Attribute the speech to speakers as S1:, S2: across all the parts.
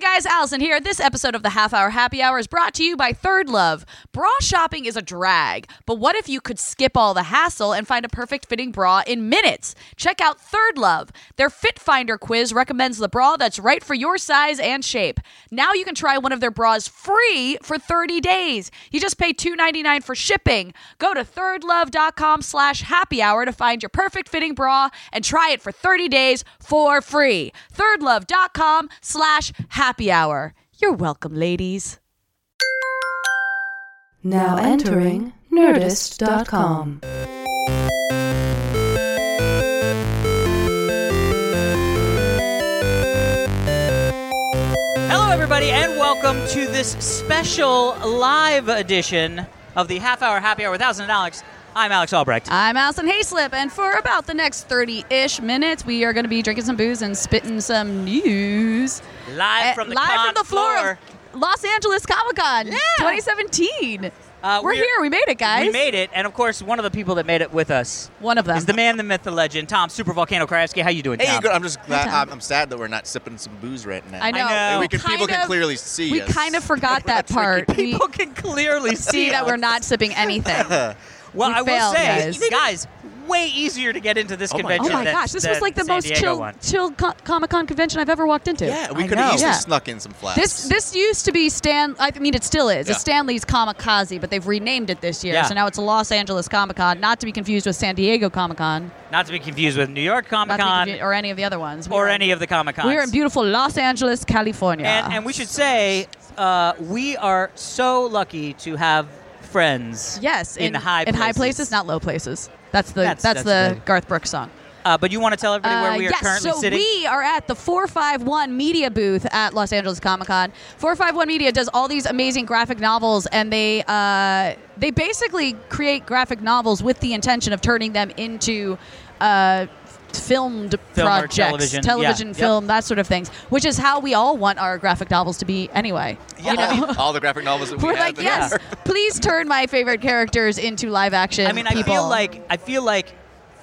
S1: guys, Allison here. This episode of the Half Hour Happy Hour is brought to you by Third Love. Bra shopping is a drag, but what if you could skip all the hassle and find a perfect fitting bra in minutes? Check out Third Love. Their Fit Finder quiz recommends the bra that's right for your size and shape. Now you can try one of their bras free for 30 days. You just pay $2.99 for shipping. Go to thirdlove.com slash happy hour to find your perfect fitting bra and try it for 30 days for free. Thirdlove.com slash happy hour. You're welcome, ladies.
S2: Now entering Nerdist.com.
S3: Hello, everybody, and welcome to this special live edition of the Half Hour Happy Hour with Thousand and Alex. I'm Alex Albrecht.
S1: I'm Allison Hayslip, and for about the next 30 ish minutes, we are going to be drinking some booze and spitting some news.
S3: Live
S1: Uh,
S3: from the
S1: live
S3: con
S1: from the floor, of Los Angeles Comic Con 2017.
S3: Uh,
S1: we're,
S3: we're-
S1: here. We made it, guys.
S3: We made it, and of course, one of the people that made it with us
S1: One of them.
S3: is the man, the myth, the legend, Tom Super Volcano Krajewski. How you doing,
S4: Hey,
S3: Tom?
S4: you good? I'm just glad.
S1: Tom.
S4: I'm, I'm sad that we're not sipping some booze right now.
S1: I know.
S3: know.
S4: And we can,
S1: Kind
S4: people can
S1: of-
S4: clearly see.
S1: We
S4: us.
S1: kind of forgot that
S4: We're not
S1: part.
S4: drinking.
S1: We
S3: People can clearly
S1: see that we're
S3: us.
S1: not sipping anything.
S3: Well,
S1: we
S3: I will
S1: failed, guys.
S3: say, guys, way easier to get into this
S4: Oh my
S3: convention.
S1: oh my
S3: than-
S1: gosh, this
S3: than
S1: was like the
S3: San
S1: most
S3: Diego
S1: chill,
S3: one.
S1: chill co- Comic Con convention I've ever walked into.
S4: Yeah, we
S3: I
S4: could
S3: know.
S4: have easily
S1: Yeah.
S4: snuck in some flaps.
S1: This this used to be Stan. I mean, it still is.
S4: Yeah.
S1: It's Stanley's Kamikaze, but they've renamed it this year,
S3: Yeah.
S1: so now it's Los Angeles Comic Con, not to be confused with San Diego Comic Con,
S3: Not to be confused with New York Comic
S1: not to be
S3: Con
S1: confu- or any of the other ones, We
S3: or
S1: were-
S3: any of the Comic Cons.
S1: We are in beautiful Los Angeles, California.
S3: And, and we should say, uh, we are so lucky to have friends.
S1: yes,
S3: in, high
S1: in
S3: places.
S1: high places, not low places. That's the that's,
S3: That's-
S1: the
S3: that's the-
S1: Garth Brooks song.
S3: Uh, but you want to tell everybody where
S1: Uh,
S3: we are
S1: yes,
S3: currently
S1: so
S3: sitting?
S1: we are at the 451 Media booth at Los Angeles Comic Con. 451 Media does all these amazing graphic novels, and they uh, they basically create graphic novels with the intention of turning them into. Uh, Filmed
S3: Film or
S1: projects,
S3: television, yeah, yep.
S1: film, that sort of things, which is how we all want our graphic novels to be anyway.
S4: yeah,
S1: you know?
S4: I mean, all the graphic novels that we
S1: We're
S4: have
S1: like,
S4: in
S1: yes,
S4: our-
S1: please turn my favorite characters into live action.
S3: I mean, I
S1: people.
S3: feel like I feel like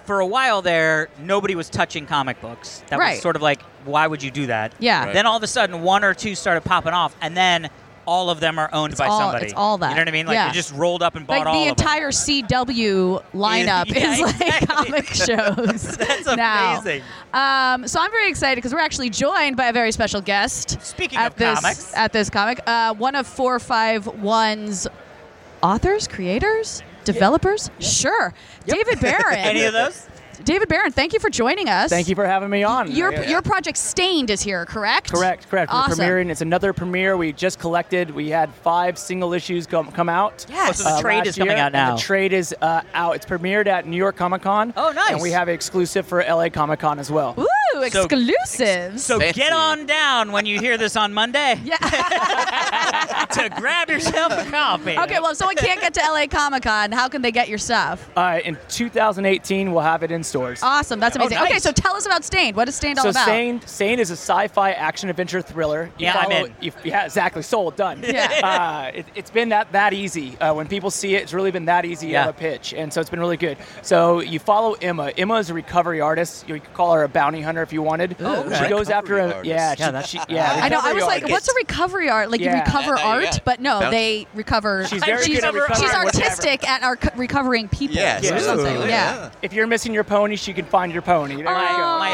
S3: for a while there, nobody was touching comic books. That
S1: Right.
S3: was sort of like, why would you do that?
S1: Yeah.
S4: Right.
S3: Then all of a sudden, one or two started popping off, and then all of them are owned by
S1: all-
S3: somebody.
S1: it's all that.
S3: You know what I mean? Like
S1: Yeah.
S3: they just rolled up and bought
S1: like
S3: all
S1: the
S3: of them.
S1: entire CW lineup
S3: Yeah,
S1: is like
S3: exactly.
S1: comic shows.
S3: That's
S1: now.
S3: amazing.
S1: Um, so I'm very excited because we're actually joined by a very special guest.
S3: Speaking
S1: at
S3: of
S1: this,
S3: comics.
S1: at this comic, uh, one of four five one's authors, creators, developers. Sure, David Barron.
S3: Any of those?
S1: David Barron, thank you for joining us.
S5: Thank you for having me on.
S1: Your,
S5: Yeah.
S1: your project Stained is here, correct?
S5: correct, correct.
S1: Awesome.
S5: We're premiering. It's another premiere. We just collected. We had five single issues come come out.
S3: Yes. Oh, so the
S5: uh,
S3: trade
S5: last
S3: is coming
S5: year,
S3: out
S5: and
S3: now.
S5: The trade is uh, out. It's premiered at New York Comic Con.
S3: Oh, nice.
S5: And we have exclusive for LA Comic Con as well.
S1: Woo,
S3: So-
S1: exclusives.
S3: So
S4: Fancy.
S3: get on down when you hear this on Monday
S1: yeah.
S3: to grab yourself a copy.
S1: okay, well, if someone can't get to LA Comic Con, how can they get your stuff?
S5: Uh, in 2018, we'll have it in stores.
S1: Awesome. That's amazing. Okay,
S3: nice.
S1: so tell us about Stained. What is Stained
S5: so
S1: all about?
S5: Sane, Sane is a sci-fi action adventure thriller. You
S3: Yeah, I'm
S5: follow-
S3: in.
S5: you- yeah, exactly. Sold. Done.
S1: Yeah.
S5: Uh, it, it's been that that easy. Uh, when people see it, it's really been that easy
S3: Yeah.
S5: of a pitch, and so it's been really good. So you follow Emma. Emma is a recovery artist. You could call her a bounty hunter if you wanted.
S3: Oh, okay.
S5: She goes after
S4: Recovery
S5: a
S4: artist.
S5: yeah.
S3: Yeah,
S5: she-
S3: that's-
S5: she, yeah.
S1: I know. I
S5: recovery
S1: was like,
S5: artist.
S1: what's a recovery art? Like you
S5: Yeah.
S1: recover
S4: Yeah,
S1: art,
S4: yeah.
S1: but no,
S4: Bounce.
S1: they recover.
S5: She's very
S1: she's,
S5: good at recovering
S1: she's
S5: whatever.
S1: artistic at our co- recovering people
S4: Yes,
S1: or something.
S3: Ooh.
S4: absolutely,
S1: Yeah.
S5: If you're missing your pony, she can find your pony. There you go.
S1: Oh.
S3: My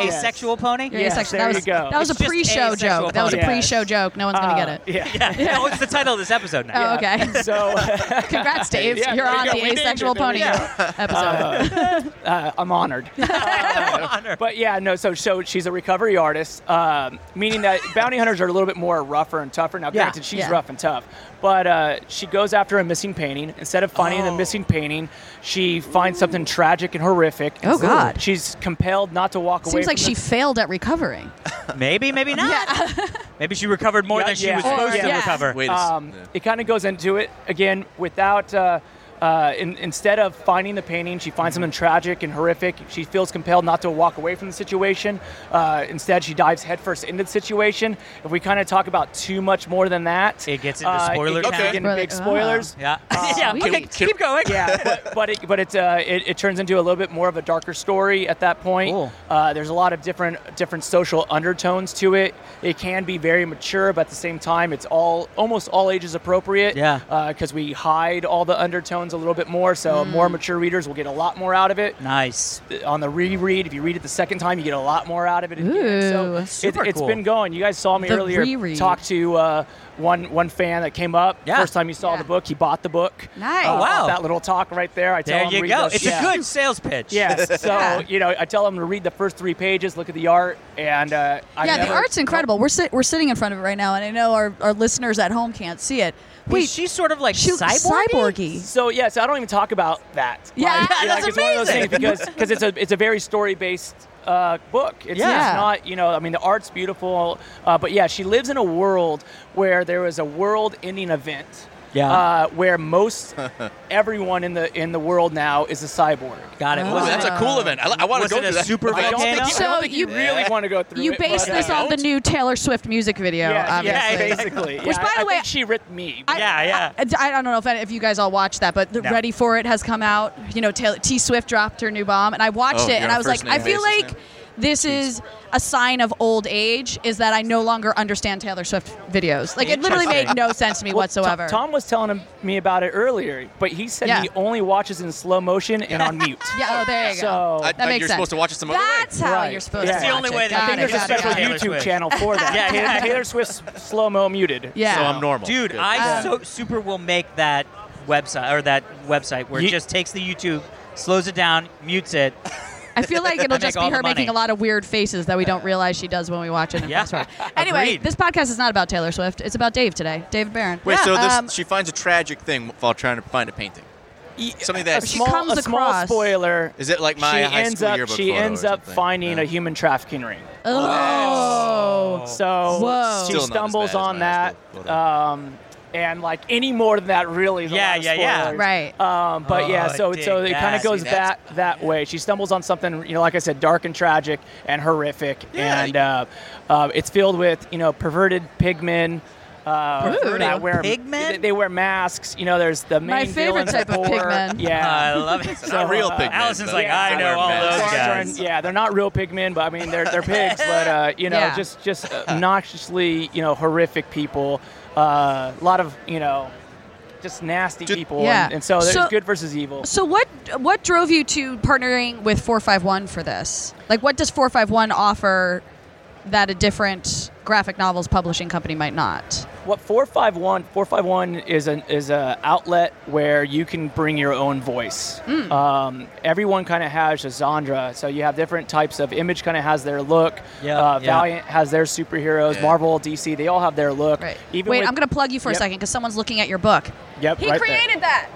S3: a-
S1: Yes.
S3: asexual pony.
S1: You're
S5: Yes,
S1: asexual.
S5: there
S1: that
S5: you
S1: was
S5: go.
S1: that was
S3: It's
S1: a
S3: just
S1: pre-show
S3: asexual
S1: joke. That was a
S5: apology.
S1: pre-show
S5: Yes.
S1: joke. No one's gonna get it.
S5: Yeah.
S3: Yeah. no, it's the title of this episode now.
S1: Oh, okay.
S5: So.
S1: Congrats, Dave.
S5: Yeah,
S1: You're
S5: there you
S1: on
S5: go.
S1: the
S5: We named it.
S1: asexual
S5: There
S1: pony
S5: we go.
S1: episode.
S5: uh, I'm honored.
S3: Honor.
S5: But yeah, no. So, so she's a recovery artist, um, meaning that bounty hunters are a little bit more rougher and tougher. Now,
S3: Yeah.
S5: granted, she's
S1: Yeah.
S5: rough and tough, but uh, she goes after a missing painting. Instead of finding the
S4: Oh.
S5: missing painting, she finds something tragic and horrific. and
S1: Oh, God.
S5: She's compelled not to walk away.
S1: Seems like
S5: from
S1: she
S5: the-
S1: failed at recovering.
S3: Maybe, maybe not. Maybe she recovered more
S5: Yeah,
S3: than she
S5: yeah.
S3: was
S5: Or-
S3: supposed to
S1: yeah.
S3: recover.
S4: Wait a
S5: um,
S4: second.
S5: It kind of goes into it again without. Uh, uh, in, instead of finding the painting, she finds something
S3: Mm-hmm.
S5: tragic and horrific. She feels compelled not to walk away from the situation. Uh, instead, she dives headfirst into the situation. If we kind of talk about too much more than that,
S3: It gets into
S5: uh,
S3: spoiler
S5: It gets
S4: Okay.
S5: into big spoilers.
S3: Yeah.
S1: Yeah,
S3: yeah.
S1: Sweet.
S3: Okay,
S4: Uh, Can-
S3: keep going.
S5: yeah, but, but it but it, uh, it it turns into a little bit more of a darker story at that point.
S3: Cool.
S5: Uh, there's a lot of different different social undertones to it. It can be very mature, but at the same time, it's all almost all ages appropriate.
S3: Yeah.
S5: because we hide all the undertones a little bit more, so
S3: Mm.
S5: more mature readers will get a lot more out of it.
S3: Nice.
S5: On the reread, if you read it the second time, you get a lot more out of it. Again.
S1: Ooh.
S5: So
S3: Super
S5: it, has
S3: cool.
S5: been going. You guys saw me
S1: The
S5: earlier
S1: reread.
S5: talk to uh, one one fan that came up.
S3: Yeah.
S5: First time you saw
S1: Yeah.
S5: the book, he bought the book. Uh,
S1: Nice.
S3: Oh, wow.
S5: That little talk right there. I tell
S3: There
S5: him
S3: you
S5: read
S3: go.
S5: those-
S3: It's a
S5: yeah.
S3: good sales pitch.
S5: Yes. So
S1: Yeah.
S5: you know, I tell them to read the first three pages, look at the art, and uh, I
S1: yeah, the
S5: never-
S1: art's incredible. We're sit- we're sitting in front of it right now, and I know our, our listeners at home can't see it.
S3: Wait, she's sort of like
S1: she
S3: cyborg.
S1: cyborgy.
S5: So yeah, so I don't even talk about that.
S1: Yeah,
S5: you know,
S1: that's
S5: like, it's one of those
S1: amazing.
S5: things because because it's a it's a very story based uh, book. It's,
S1: Yeah.
S5: it's not you know I mean the art's beautiful, uh, but yeah, she lives in a world where there was a world ending event.
S3: Yeah.
S5: Uh, where most everyone in the in the world now is a cyborg.
S3: Got it.
S1: Oh.
S4: Ooh,
S3: Was it-
S4: that's a cool event. I, li- I want to
S3: Was
S4: go
S3: it
S4: to
S3: a
S4: that.
S3: super
S4: I don't think
S3: volcano?
S4: you-
S1: So
S5: I don't think you
S1: you-
S5: really want to go through
S1: You
S5: it,
S1: base
S5: but,
S1: this
S5: uh,
S1: on the new Taylor Swift music video,
S5: yeah,
S1: obviously.
S5: yeah,
S3: obviously.
S5: basically.
S1: Which,
S5: Yeah,
S1: by
S5: I-
S1: the
S5: I
S1: way,
S5: think she ripped me.
S1: I-
S3: Yeah, yeah.
S1: I, I don't know if, any, if you guys all watched that, but the
S3: No.
S1: Ready for It has come out. You know, Taylor, T Swift dropped her new bomb, and I watched it,
S4: Oh, you're
S1: and
S4: on
S1: I was
S4: first
S1: like, I
S4: name
S1: feel
S4: basis
S1: like
S4: now.
S1: this is a sign of old age. Is that I no longer understand Taylor Swift videos? Like, it literally made no sense to me
S5: Well,
S1: whatsoever.
S5: Tom, Tom was telling him, me about it earlier, but he said
S1: Yeah.
S5: he only watches in slow motion and on mute.
S1: yeah, oh, there you go.
S5: So
S4: I
S5: I,
S1: that makes
S4: thought you were
S1: sense.
S4: supposed to watch it some other way.
S1: That's how
S5: Right.
S1: you're supposed
S5: That's
S1: to
S5: the
S1: watch
S3: only
S1: it.
S3: way that- I
S1: Got
S5: think
S1: it,
S5: there's a
S1: got it,
S5: special
S1: got it.
S5: YouTube
S3: Swift.
S5: channel for that.
S3: Yeah, yeah.
S5: Taylor, Taylor Swift's slow mo muted.
S1: Yeah.
S4: So I'm normal.
S3: Dude,
S4: Good.
S3: I
S1: Um,
S3: so super will make that website or that website where
S5: Ye-
S3: it just takes the YouTube, slows it down, mutes it.
S1: I feel like
S3: I
S1: it'll
S3: make
S1: just
S3: all
S1: be
S3: the
S1: her making
S3: money.
S1: a lot of weird faces that we don't realize she does when we watch it. in
S3: Yeah.
S1: fast forward. Anyway,
S3: Agreed.
S1: this podcast is not about Taylor Swift. It's about Dave today, David Barron.
S4: Wait, so this,
S1: Um,
S4: she finds a tragic thing while trying to find a painting. Something that-
S5: a
S4: She
S5: small,
S1: comes
S5: a small
S1: across-
S5: spoiler.
S4: Is it like my
S5: she
S4: high
S5: ends
S4: school
S5: up,
S4: yearbook
S5: She
S4: photo or
S5: ends up
S4: something?
S5: finding
S4: Yeah.
S5: a human trafficking ring.
S1: oh.
S5: So
S1: Whoa.
S5: she
S4: Still not as bad
S5: stumbles
S4: as
S5: on
S4: my high
S5: that.
S4: school photo.
S5: Um, and like any more than that really is
S3: Yeah,
S5: a lot
S3: yeah,
S5: of
S3: yeah.
S5: spoilers.
S1: Right.
S5: Um, but
S3: Oh,
S5: yeah, so
S3: I
S5: so
S3: dig
S5: it kind
S3: that.
S5: of goes
S4: See,
S5: that
S4: that's-
S5: that way. She stumbles on something, you know, like I said, dark and tragic and horrific,
S4: Yeah.
S5: and uh, uh, it's filled with you know perverted pigmen. Uh,
S1: Perverted
S5: that wear,
S3: pigmen?
S5: They, they wear masks. You know, there's the main
S1: My favorite
S5: villains
S1: type
S5: are
S1: of
S5: poor.
S1: pigmen.
S3: I
S5: Yeah.
S3: love it.
S4: It's not real
S5: uh,
S4: pigment.
S3: Allison's
S4: though.
S3: like,
S5: Yeah.
S3: I know all
S4: Wear
S3: those
S5: Orange
S4: masks.
S3: guys.
S5: orange- yeah, they're not real pigmen, but I mean they're they're pigs, but uh, you know,
S1: Yeah.
S5: just just obnoxiously, you know, horrific people. Uh, A lot of you know, just nasty
S4: Ju-
S5: people.
S1: Yeah.
S5: And, and so there's
S1: So-
S5: good versus evil.
S1: so what what drove you to partnering with 451 for this? Like what does 451 offer that a different graphic novels publishing company might not?
S5: What 451 451 is an is a outlet where you can bring your own voice.
S1: Hmm.
S5: Um, everyone kind of has a genre, so you have different types of image. Kind of has their look.
S3: Yeah,
S5: uh,
S3: yeah.
S5: Valiant has their superheroes.
S4: Yeah.
S5: Marvel, DC, they all have their look.
S1: Right.
S5: Even
S1: Wait,
S5: with-
S1: I'm going to plug you for a
S5: Yep.
S1: second cuz someone's looking at your book.
S5: Yep,
S1: He
S5: right there.
S1: created that.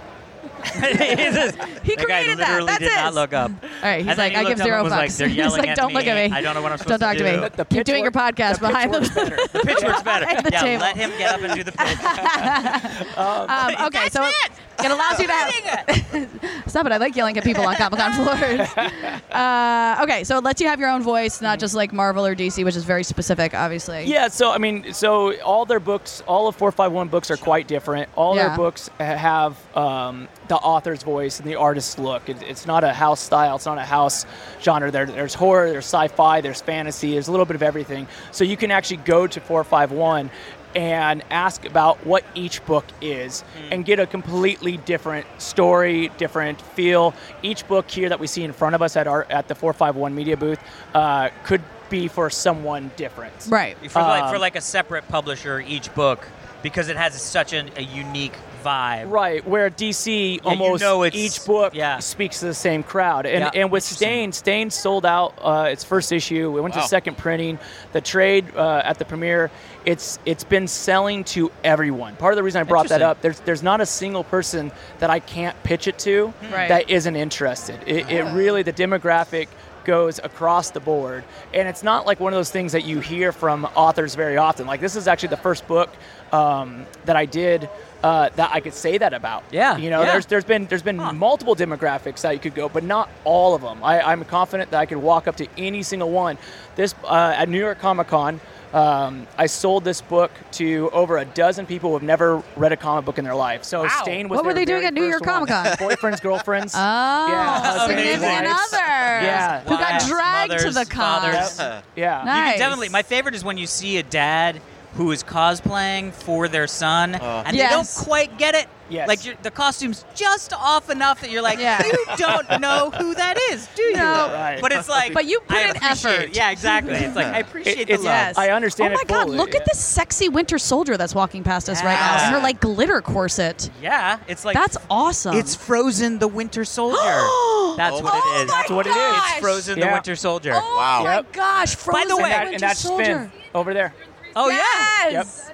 S1: He
S3: that guy
S1: created that.
S3: literally
S1: That's
S3: did not
S1: his.
S3: look up.
S1: All right, he's
S3: And then
S1: like,
S3: he
S1: I
S3: looked
S1: give
S3: up
S1: zero
S3: and was
S1: bucks.
S3: like, "They're
S1: he's
S3: yelling
S1: like,
S3: at
S1: don't
S3: me.
S1: look at me.
S3: I don't know what I'm
S1: Don't
S3: supposed
S1: talk
S3: to
S1: to, me.
S3: do." The
S1: Keep doing your
S5: pitchfork-
S1: podcast
S5: the
S1: behind
S5: pitchfork's
S1: the,
S5: better.
S3: The pitch works better.
S1: At the
S3: yeah,
S1: table.
S3: let him get up and do the pitch.
S1: Um, okay, so it. allows you to have. Stop it! I like yelling at people on Comic Con floors. Uh, okay, so it lets you have your own voice, not just like Marvel or DC, which is very specific, obviously.
S5: Yeah, so I mean, so all their books, all of 451 books are quite different. All
S1: Yeah.
S5: their books ha- have um, the author's voice and the artist's look. It, it's not a house style, it's not a house genre. There, there's horror, there's sci fi, there's fantasy, there's a little bit of everything. So you can actually go to 451 and ask about what each book is and get a completely different story, different feel. Each book here that we see in front of us at our at the 451 media booth uh, could be for someone different.
S1: Right.
S3: For, like, for
S5: Um,
S3: like a separate publisher each book because it has such an, a unique vibe.
S5: Right, where DC almost
S3: know it's-
S5: each book
S3: yeah.
S5: speaks to the same crowd, and
S3: Yeah,
S5: and with
S3: interesting.
S5: Stain, Stain sold out uh, its first issue. It went
S4: Wow.
S5: to second printing. The trade uh, at the premiere, it's it's been selling to everyone. Part of the reason I brought that
S3: Interesting.
S5: up, there's there's not a single person that I can't pitch it to
S1: Right.
S5: that isn't interested. It, it really the demographic goes across the board. And it's not like one of those things that you hear from authors very often. Like, this is actually the first book um, that I did uh, that I could say that about.
S3: Yeah,
S5: you know,
S3: yeah.
S5: there's there's been there's been multiple demographics that you could go, but not all of them. I, I'm confident that I could walk up to any single one. This uh, at New York Comic Con. Um, I sold this book to over a dozen people who have never read a comic book in their life. So Stain was
S1: What were
S5: their
S1: they doing
S5: very
S1: at New
S5: first
S1: York
S5: one.
S1: Comic Con?
S5: Boyfriends, girlfriends.
S1: Oh,
S5: Yeah,
S1: significant
S5: husbands, wives.
S1: other.
S5: Yeah.
S1: Who got
S3: Wives,
S1: dragged to
S3: mothers,
S1: the con.
S3: fathers.
S5: yeah.
S1: Nice.
S3: You can definitely. My favorite is when you see a dad who is cosplaying for their son, and they
S1: Yes.
S3: don't quite get it.
S5: Uh. Yes.
S3: Like you're, the costume's just off enough that you're like,
S1: Yeah.
S3: you don't know who that is, do you?
S1: No.
S5: Right.
S3: But it's like,
S1: But you put
S3: I
S1: in
S3: appreciate it.
S1: effort.
S3: Yeah, exactly. It's like I
S5: It-
S3: appreciate
S5: it's-
S3: the love.
S1: Yes.
S5: I understand
S1: Oh my
S5: it
S1: God!
S5: fully,
S1: Look
S5: yeah.
S1: at this sexy Winter Soldier that's walking past us right now.
S3: Yeah.
S1: in Her like glitter corset.
S3: Yeah, it's like
S1: That's awesome.
S3: It's Frozen the Winter Soldier. That's
S4: Oh
S3: what it
S1: oh
S3: is.
S1: my
S5: That's what it is.
S1: gosh.
S5: It's
S3: Frozen the
S5: Yeah.
S3: Winter Soldier.
S1: Oh
S4: Wow.
S1: my
S5: Yep.
S1: gosh! Frozen
S3: the way-
S5: And, that,
S1: Winter
S5: and that's
S1: Soldier.
S5: Finn over there.
S3: Oh yeah.
S1: Yes.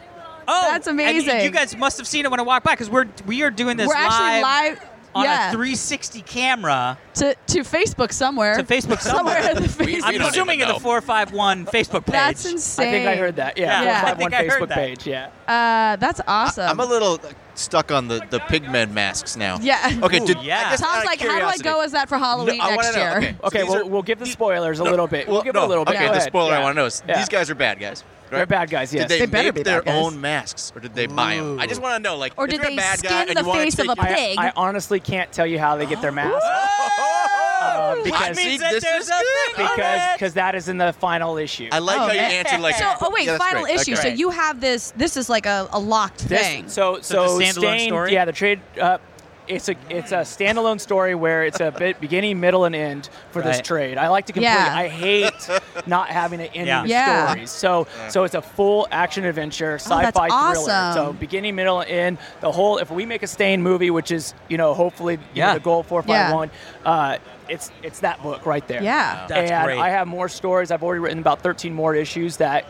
S3: Oh,
S1: That's
S3: and you-
S1: amazing.
S3: you guys must have seen it when I walked by because we're we are doing this
S1: We're actually live.
S3: on
S1: yeah.
S3: a 360 camera
S1: to to Facebook somewhere.
S3: to Facebook
S1: somewhere. in
S3: somewhere.
S1: the
S4: We- we
S1: Facebook.
S3: I'm
S4: don't
S3: assuming
S4: even
S3: in the
S4: know.
S3: 451 Facebook page.
S1: That's insane.
S5: I think I heard that. Yeah.
S3: Yeah. Yeah.
S5: Four,
S1: I
S5: five,
S3: think
S5: one
S3: I heard
S5: Facebook
S3: that.
S5: page. Yeah.
S1: Uh, that's awesome.
S4: I'm a little stuck on the the pigmen masks now.
S1: Yeah.
S4: Okay,
S3: Ooh,
S4: dude.
S3: yeah.
S4: I guess out
S1: Tom's
S4: of
S1: like, how do I
S4: curiosity-
S1: go as that for Halloween
S4: No, I
S1: next
S4: wanna know.
S1: year?
S4: Okay, so
S5: Okay,
S4: these
S5: we'll,
S4: are-
S5: we'll give the spoilers a little bit. We'll,
S4: Well,
S5: give
S4: no.
S5: it a little bit.
S4: Okay,
S5: Go
S4: the
S5: ahead.
S4: spoiler
S5: Yeah.
S4: I want to know is
S5: Yeah.
S4: these guys are bad guys. right?
S5: They're bad guys, yes.
S4: Did they,
S1: They better
S4: make
S1: be
S4: their
S1: bad guys.
S4: own masks, or did they buy them? I just want to know, like,
S1: Or
S4: if
S1: did
S4: you're
S1: they
S4: a bad guy
S1: skin
S4: and
S1: the
S4: you wanna
S1: face of
S4: take
S1: a
S4: your-
S1: pig?
S5: I honestly can't tell you how they get their mask
S3: Oh,
S5: uh,
S4: I
S5: because
S4: mean,
S3: that
S4: this
S3: there's
S4: is
S3: a
S4: good.
S3: thing on
S5: because
S3: it.
S5: because that is in the final issue.
S4: I like how you
S1: Okay.
S4: answered like.
S1: So, oh wait,
S4: yeah, that's
S1: final
S4: great.
S1: issue.
S4: Okay.
S1: So you have this. This is like a, a locked
S5: This-
S1: thing.
S5: So so,
S3: So it's a standalone
S5: Stain-
S3: story?
S5: Yeah, the trade. Uh, it's a it's a standalone story where it's a bit beginning, middle, and end for
S3: Right.
S5: this trade. I like to complete.
S1: Yeah.
S5: I hate not having an ending
S3: Yeah.
S5: of
S1: Yeah. Oh,
S5: stories. So so it's a full action adventure sci-fi
S1: that's
S5: thriller. So
S1: awesome.
S5: beginning, middle, and end. The whole. If we make a Stain movie, which is you know hopefully you know,
S3: Yeah.
S5: the goal four five one. Uh, it's it's that book right there.
S1: Yeah.
S3: That's
S5: and
S3: great.
S5: I have more stories. I've already written about 13 more issues that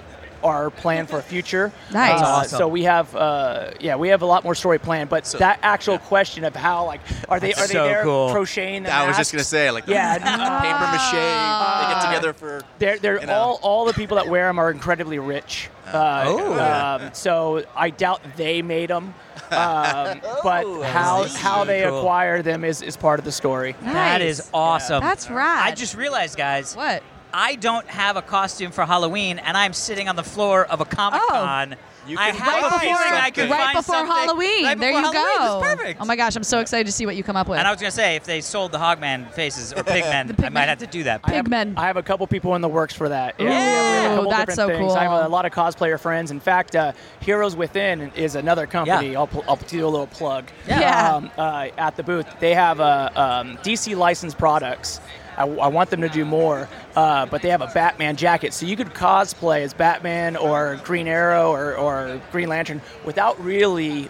S5: are planned for future.
S1: Nice.
S5: Uh,
S3: Awesome.
S5: So we have, uh, yeah, we have a lot more story planned. But that actual question of how, like, are they are
S3: That's
S5: they
S3: so
S5: there
S3: cool.
S5: crocheting? The
S4: I was just
S5: masks?
S4: gonna say, like, the
S5: Yeah.
S4: paper mache. They get together for.
S5: They're, they're
S4: You know.
S5: all all the people that wear them are incredibly rich. Uh,
S3: Oh.
S5: um, so I doubt they made them. Um, but how how they
S3: Oh, Cool.
S5: acquire them is, is part of the story.
S3: That
S1: Nice.
S3: is awesome.
S1: That's rad.
S3: I just realized, guys,
S1: what?
S3: I don't have a costume for Halloween, and I'm sitting on the floor of a comic con.
S4: You
S3: I
S4: can
S3: have
S4: find
S3: a feeling
S4: something.
S3: I could
S1: Oh. right
S3: find
S1: before
S3: something
S1: Halloween.
S3: Right
S1: there you
S3: before
S1: go.
S3: Halloween. That's perfect.
S1: Oh my gosh, I'm so excited to see what you come up with.
S3: And I was gonna say, if they sold the Hogman faces or Pigmen, I might
S1: Pigmen.
S3: have to do that.
S5: I have-
S1: Pigmen.
S5: I have a couple people in the works for that. Yeah, we have- we have
S1: Ooh,
S5: a couple
S1: that's
S5: different
S1: so
S5: things. I
S1: cool.
S5: have a lot of cosplayer friends. In fact, uh, Heroes Within is another company.
S3: Yeah.
S5: I'll, pl- I'll do a little plug.
S1: Yeah. Yeah.
S5: Um, uh, at the booth, they have uh, um, DC licensed products. I, I want them to do more, uh, but they have a Batman jacket, so you could cosplay as Batman or Green Arrow or, or Green Lantern without really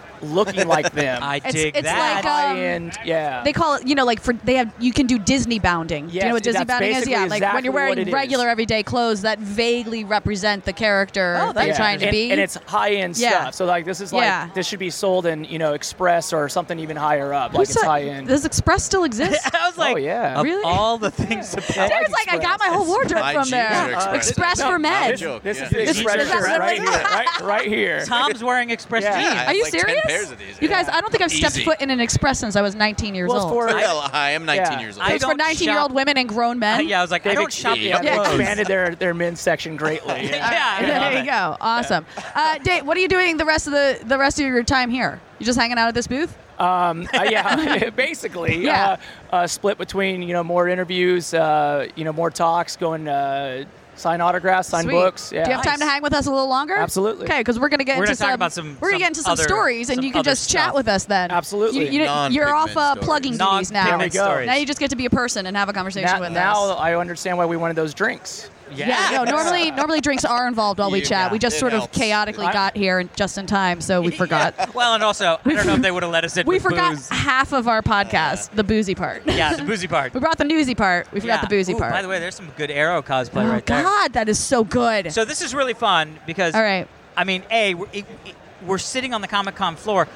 S5: looking like them.
S3: I
S1: It's-
S3: dig
S1: it's
S3: that.
S1: like a-
S5: High end, yeah.
S1: they call it, you know, like for they have you can do Disney bounding. do you
S5: Yes,
S1: know what Disney
S5: that's
S1: bounding is?
S5: basically
S1: Yeah, like when
S5: exactly
S1: you're
S5: what it
S1: wearing
S5: is.
S1: regular everyday clothes that vaguely represent the character
S3: Oh,
S1: that
S3: that's
S1: you're trying to
S5: and,
S1: be.
S5: and it's high end
S1: Yeah.
S5: stuff. So like this is like
S1: Yeah.
S5: this should be sold in you know Express or something even higher up. Like
S1: Who's
S5: it's
S1: that-
S5: high end.
S1: Does Express still exist?
S3: I was like,
S5: yeah.
S3: of
S1: uh, Really?
S3: all the things about
S1: Dude, it's like I got my whole wardrobe
S4: My
S1: from
S4: jeans
S1: there.
S4: are express.
S1: Express for
S4: Not a
S1: men.
S4: joke.
S5: This is
S4: yeah.
S5: the
S1: This is
S5: Express shirt
S1: literally-
S5: right here, right, right here.
S3: Tom's wearing Express
S5: Yeah.
S3: jeans.
S4: Yeah, I
S1: Are
S4: have
S1: you
S4: like 10
S1: serious?
S4: pairs of these,
S1: You
S4: yeah.
S1: guys, I don't think I've stepped
S4: Easy.
S1: foot in an Express since I was 19 years
S5: Well, it's
S1: old.
S5: for-
S4: Well, I am 19
S5: Yeah.
S4: years
S3: I
S4: old.
S1: it's for
S3: don't
S1: 19 year old
S3: shop-
S1: women and grown men.
S3: yeah, I was like, I
S5: They've
S3: don't
S5: ex-
S3: shop
S4: yeah,
S3: at
S5: they
S1: Yeah.
S3: clothes.
S5: expanded their their men's section greatly.
S3: Yeah. I love
S1: there
S3: it.
S1: you go. Awesome. Uh, Dave, what are you doing the rest of the the rest of your time here? You just hanging out at this booth?
S5: Um, uh, yeah, basically.
S1: Yeah.
S5: Uh, uh, split between you know more interviews, uh, you know more talks, going uh, sign autographs, sign
S1: Sweet.
S5: books. Yeah.
S1: Do you have time to
S3: Nice.
S1: hang with us a little longer?
S5: Absolutely.
S1: Okay, because we're gonna get
S3: We're
S1: into
S3: gonna
S1: some,
S3: talk about some-
S1: we're gonna
S3: some
S1: get into some
S3: other-
S1: stories, and
S3: some
S1: you can
S3: other
S1: just chat
S3: stuff.
S1: with us then.
S5: Absolutely.
S1: You, you, you're off
S4: Non-pigment
S1: uh,
S4: stories.
S1: plugging duties now.
S3: Non-pigment
S5: There we go.
S3: stories.
S1: Now you just get to be a person and have a conversation
S5: Now,
S1: with
S5: now
S1: us.
S5: I understand why we wanted those drinks.
S1: Yeah, no. Normally, normally drinks are involved while we
S4: Yeah.
S1: chat. We just
S4: It
S1: sort of
S4: helps.
S1: chaotically
S5: I-
S1: got here and just in time, so we forgot.
S3: Well, and also, I don't know if they would have let us in.
S1: We
S3: with
S1: forgot
S3: booze.
S1: half of our podcast, the boozy part.
S3: Yeah, the boozy part.
S1: we brought the newsy part. We forgot
S3: Yeah.
S1: the boozy
S3: Ooh,
S1: part.
S3: By the way, there's some good Arrow cosplay
S1: oh
S3: right there.
S1: God, that is so good.
S3: So this is really fun because,
S1: All right.
S3: I mean, a we're, it, it- we're sitting on the Comic Con floor.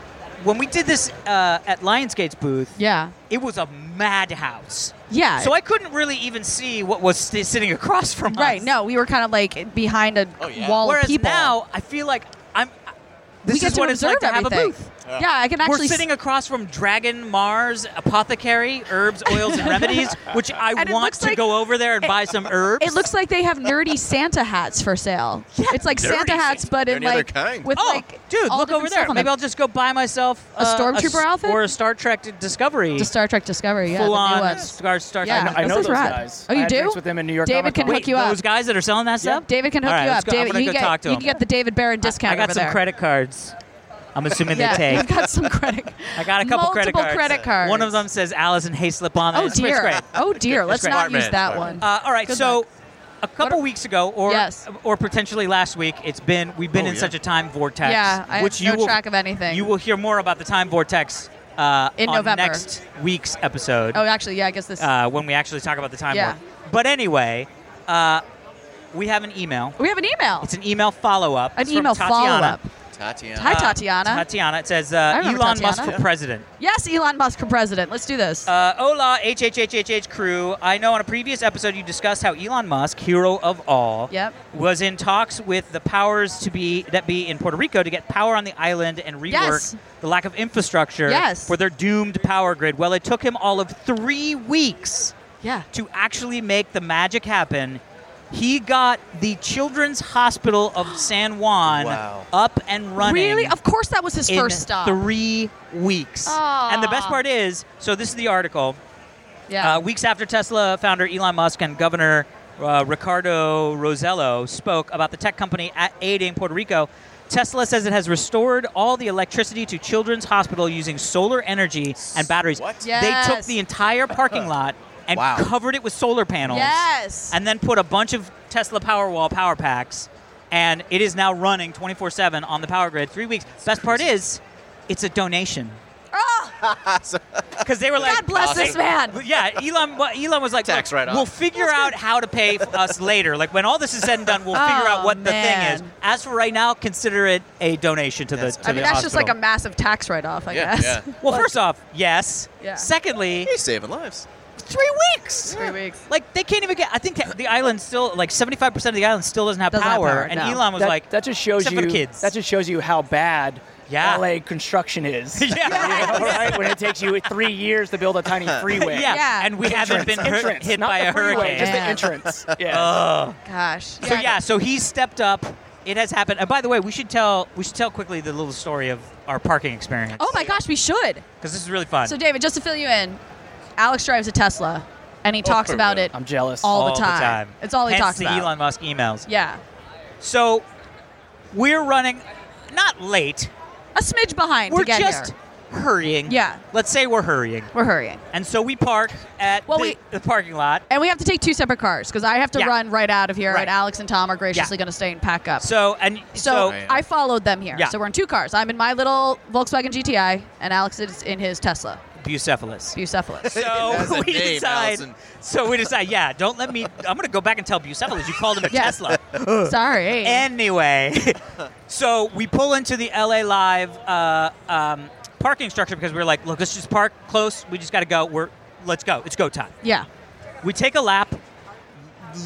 S3: When we did this uh, at Lionsgate's booth,
S1: yeah.
S3: it was a madhouse.
S1: Yeah.
S3: So I couldn't really even see what was st- sitting across from us.
S1: Right. No, we were kind of like behind a
S4: Oh, yeah.
S1: wall
S3: Whereas
S1: of people.
S3: now I feel like I'm. This
S1: we get
S3: is
S1: to
S3: what it's
S1: observe
S3: like to have a
S1: everything.
S3: booth.
S1: Yeah. I can
S3: We're
S1: actually.
S3: sitting across from Dragon Mars Apothecary Herbs, Oils, and Remedies, which I
S1: And it
S3: want
S1: looks
S3: to
S1: like-
S3: go over there and buy some herbs.
S1: it looks like they have nerdy Santa hats for sale. it's like
S4: Nerdy
S1: Santa hats,
S4: Santa-
S1: but in
S4: any other
S1: like
S4: kind?
S1: with
S3: Oh,
S1: like
S3: dude,
S1: all
S3: look
S1: different
S3: over
S1: stuff
S3: there.
S1: on
S3: Maybe
S1: them.
S3: I'll just go buy myself uh,
S1: A stormtrooper
S3: s-
S1: outfit?
S3: or a Star Trek Discovery.
S1: to Star Trek Discovery. Yeah,
S3: Full
S1: the new
S3: on
S1: ones.
S3: Star, Star
S1: Yeah.
S3: Trek.
S5: I know
S1: This
S5: those
S1: is rad.
S5: guys.
S1: Oh, you
S5: I had
S1: do?
S5: drinks with them in New York.
S1: David
S5: Comic
S1: can
S5: Con.
S1: hook you up.
S3: Those guys that are selling that stuff.
S1: David can hook
S3: All right,
S1: you up.
S3: let's go. I'm
S1: David,
S3: gonna
S1: you
S3: go
S1: can get
S3: talk to
S1: you
S3: him.
S1: can get the David Barron discount.
S3: I got
S1: over
S3: some
S1: there.
S3: credit cards. I'm assuming
S1: Yeah,
S3: they
S1: you've
S3: take.
S1: got some credit.
S3: I got a couple credit
S1: multiple
S3: cards.
S1: credit cards.
S3: One of them says Allison Hayslip on it.
S1: Oh
S3: It's- it's
S1: dear.
S3: great.
S1: Oh dear. Let's
S3: great.
S1: not
S4: Smart
S1: use
S4: man,
S1: that
S4: smart
S1: one.
S3: Uh, all right,
S1: Good
S3: so
S1: luck.
S3: a couple weeks ago, or
S1: Yes.
S3: or potentially last week, it's been we've been
S4: Oh,
S3: in
S4: yeah.
S3: such a time vortex.
S1: Yeah, I
S3: which
S1: have
S3: you
S1: no
S3: will,
S1: track of anything.
S3: You will hear more about the time vortex uh,
S1: In
S3: on
S1: November.
S3: next week's episode
S1: Oh, actually, yeah. I guess this.
S3: uh, when we actually talk about the time.
S1: Yeah.
S3: vortex. But anyway, uh, we have an email.
S1: we have an email.
S3: It's an email follow up.
S1: An email follow up.
S4: Tatiana.
S3: Um,
S1: Hi, Tatiana.
S3: Tatiana. It says
S1: I
S3: uh, Elon
S1: remember
S3: Musk
S1: Tatiana.
S3: for president.
S1: Yes, Elon Musk for president. Let's do this.
S3: Uh, hola, HHHHH crew. I know on a previous episode you discussed how Elon Musk, hero of all,
S1: Yep.
S3: was in talks with the powers to be that be in Puerto Rico to get power on the island and rework
S1: Yes.
S3: the lack of infrastructure
S1: Yes.
S3: for their doomed power grid. Well, it took him all of three weeks
S1: yeah.
S3: to actually make the magic happen. He got the Children's Hospital of San Juan
S4: Wow.
S3: up and running
S1: Really? Of course, that was his
S3: in
S1: first stop.
S3: three weeks.
S1: Aw.
S3: And the best part is, so this is the article.
S1: yeah.
S3: Uh, weeks after Tesla founder Elon Musk and Governor uh, Ricardo Rosello spoke about the tech company at aiding Puerto Rico, Tesla says it has restored all the electricity to Children's Hospital using solar energy and batteries.
S4: What?
S1: Yes.
S3: They took the entire parking lot and
S4: Wow.
S3: covered it with solar panels.
S1: Yes.
S3: And then put a bunch of Tesla Powerwall power packs, and it is now running 24/7 on the power grid. Three weeks. Best part is, it's a donation.
S1: Ah!
S3: Because they were like,
S1: God bless this man.
S3: yeah, Elon. well, Elon was like,
S4: Tax
S3: "Look,
S4: write-off.
S3: We'll figure out how to pay for us later. Like when all this is said and done, we'll figure out
S1: Oh,
S3: what the thing
S1: man.
S3: is. As for right now, consider it a donation to
S4: That's
S3: the.
S4: good.
S3: To
S1: I mean,
S3: the
S1: that's just like a
S3: hospital.
S1: massive tax write-off, I
S4: Yeah,
S1: guess.
S4: yeah.
S3: Well, first off, yes.
S1: Yeah.
S3: Secondly,
S4: He's saving lives.
S3: three weeks.
S1: Three weeks.
S3: Like they can't even get. I think that the island still like seventy five percent of the island still doesn't have,
S1: Doesn't have
S3: power,
S1: power,
S3: and
S1: no.
S3: Elon was
S5: that,
S3: like,
S5: that just shows
S3: except
S5: you
S3: for the kids.
S5: that just shows you how bad
S3: Yeah.
S5: LA construction is.
S3: Yeah.
S5: You know, right? When it takes you three years to build a tiny freeway.
S3: yeah.
S1: Yeah.
S3: and we haven't been hurt-
S5: entrance,
S3: hit
S5: not
S3: by
S5: the
S3: a hurricane. Oh.
S5: freeway, Just the
S1: Yeah.
S5: entrance. Yeah.
S3: Ugh.
S1: Gosh.
S3: So yeah, so he stepped up. It has happened. And by the way, we should tell we should tell quickly the little story of our parking experience.
S1: Oh my gosh, we should.
S3: because this is really fun.
S1: So David, just to fill you in, Alex drives a Tesla, and
S3: Oh,
S1: he talks
S4: for
S1: about
S4: real.
S1: it.
S5: I'm jealous.
S1: all the time. It's all he
S3: Hence
S1: talks
S3: the
S1: about.
S3: Elon Musk emails.
S1: yeah.
S3: So we're running, not late.
S1: A smidge behind
S3: We're
S1: to get
S3: just
S1: here.
S3: hurrying.
S1: Yeah.
S3: Let's say we're hurrying,
S1: We're hurrying,
S3: and so we park at
S1: Well,
S3: the,
S1: we-
S3: the parking lot.
S1: and we have to take two separate cars because I have to
S3: Yeah.
S1: run right out of here,
S3: Right.
S1: and Alex and Tom are graciously
S3: Yeah.
S1: going to stay and pack up.
S3: So and
S1: So
S3: so,
S4: Right.
S1: I followed them here.
S3: Oh, Yeah.
S1: So we're in two cars. I'm in my little Volkswagen GTI, and Alex is in his Tesla
S3: Bucephalus.
S1: Bucephalus.
S4: That's
S3: So
S4: a
S3: we
S4: name,
S3: decide.
S4: Allison.
S3: So we decide. Yeah, don't let me. I'm gonna go back and tell Bucephalus you called him a
S1: Yeah.
S3: Tesla.
S1: Sorry.
S3: Anyway, so we pull into the LA Live uh, um, parking structure because we were like, look, let's just park close. We just got to go. We're let's go. It's go time.
S1: yeah.
S3: We take a lap,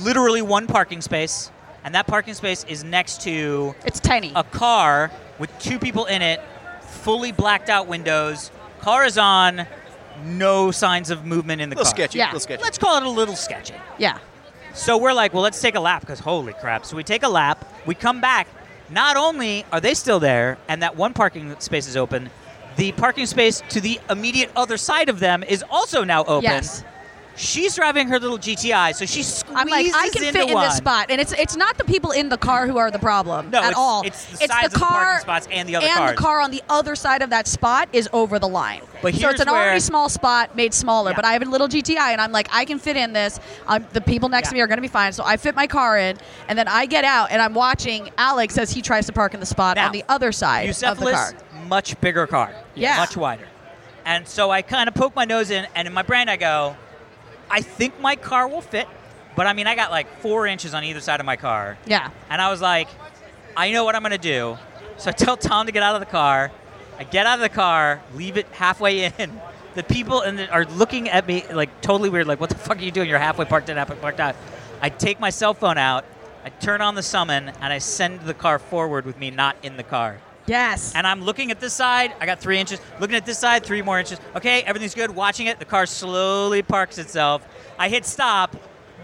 S3: literally one parking space, and that parking space is next to
S1: It's tiny.
S3: a car with two people in it, fully blacked out windows. Car is on, no signs of movement in the
S4: A little
S3: car.
S4: sketchy.
S1: Yeah.
S4: A little sketchy.
S3: Let's call it a little sketchy.
S1: yeah.
S3: So we're like, well, let's take a lap because holy crap. So we take a lap, we come back. Not only are they still there and that one parking space is open, the parking space to the immediate other side of them is also now open.
S1: Yes.
S3: She's driving her little GTI, so she squeezes
S1: I'm like, I
S3: into
S1: can fit in
S3: one.
S1: this spot, and it's it's not the people in the car who are the problem
S3: No,
S1: at
S3: it's-
S1: all.
S3: it's the sides of the parking spots and the other
S1: and
S3: cars.
S1: the car on the other side of that spot is over the line.
S3: But
S1: so it's
S3: here's
S1: an
S3: where-
S1: already small spot made smaller.
S3: Yeah.
S1: But I have a little GTI, and I'm like, I can fit in this. Um, the people next to
S3: Yeah.
S1: me are going to be fine, so I fit my car in, and then I get out, and I'm watching Alex as he tries to park in the spot
S3: Now,
S1: on the other side of the car.
S3: Bucephalus, much bigger car.
S1: Yeah.
S3: Much wider. And so I kind of poke my nose in, and in my brain I go, I think my car will fit, but I mean, I got like four inches on either side of my car.
S1: Yeah.
S3: And I was like, I know what I'm going to do. So I tell Tom to get out of the car. I get out of the car, leave it halfway in, the people and the- are looking at me like totally weird, like, what the fuck are you doing? You're halfway parked in, halfway parked out. I take my cell phone out, I turn on the summon, and I send the car forward with me not in the car.
S1: Yes.
S3: And I'm looking at this side, I got three inches. Looking at this side, three more inches. Okay, everything's good. Watching it, the car slowly parks itself. I hit stop,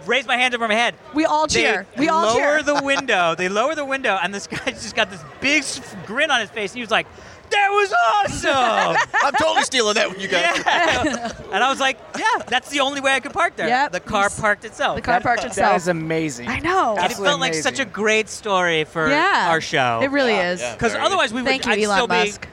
S3: raise my hand over my head.
S1: we all
S3: They
S1: cheer. we all
S3: lower
S1: cheer.
S3: the window. They lower the window, and this guy just got this big s- grin on his face, and he was like, "That was awesome!"
S4: I'm totally stealing that when you guys.
S3: yeah. And I was like, "Yeah, that's the only way I could park there."
S1: Yep.
S3: The car parked itself.
S1: the car
S5: That-
S1: parked
S5: That
S1: itself.
S5: is amazing.
S1: I know.
S3: And it
S5: Absolutely
S3: felt like such a
S5: amazing.
S3: great story for
S1: yeah.
S3: our show.
S1: It really
S4: Yeah,
S1: is.
S4: yeah.
S3: because
S4: Very
S3: otherwise we would
S1: Thank you,
S3: I'd still
S1: Elon
S3: be
S1: Musk.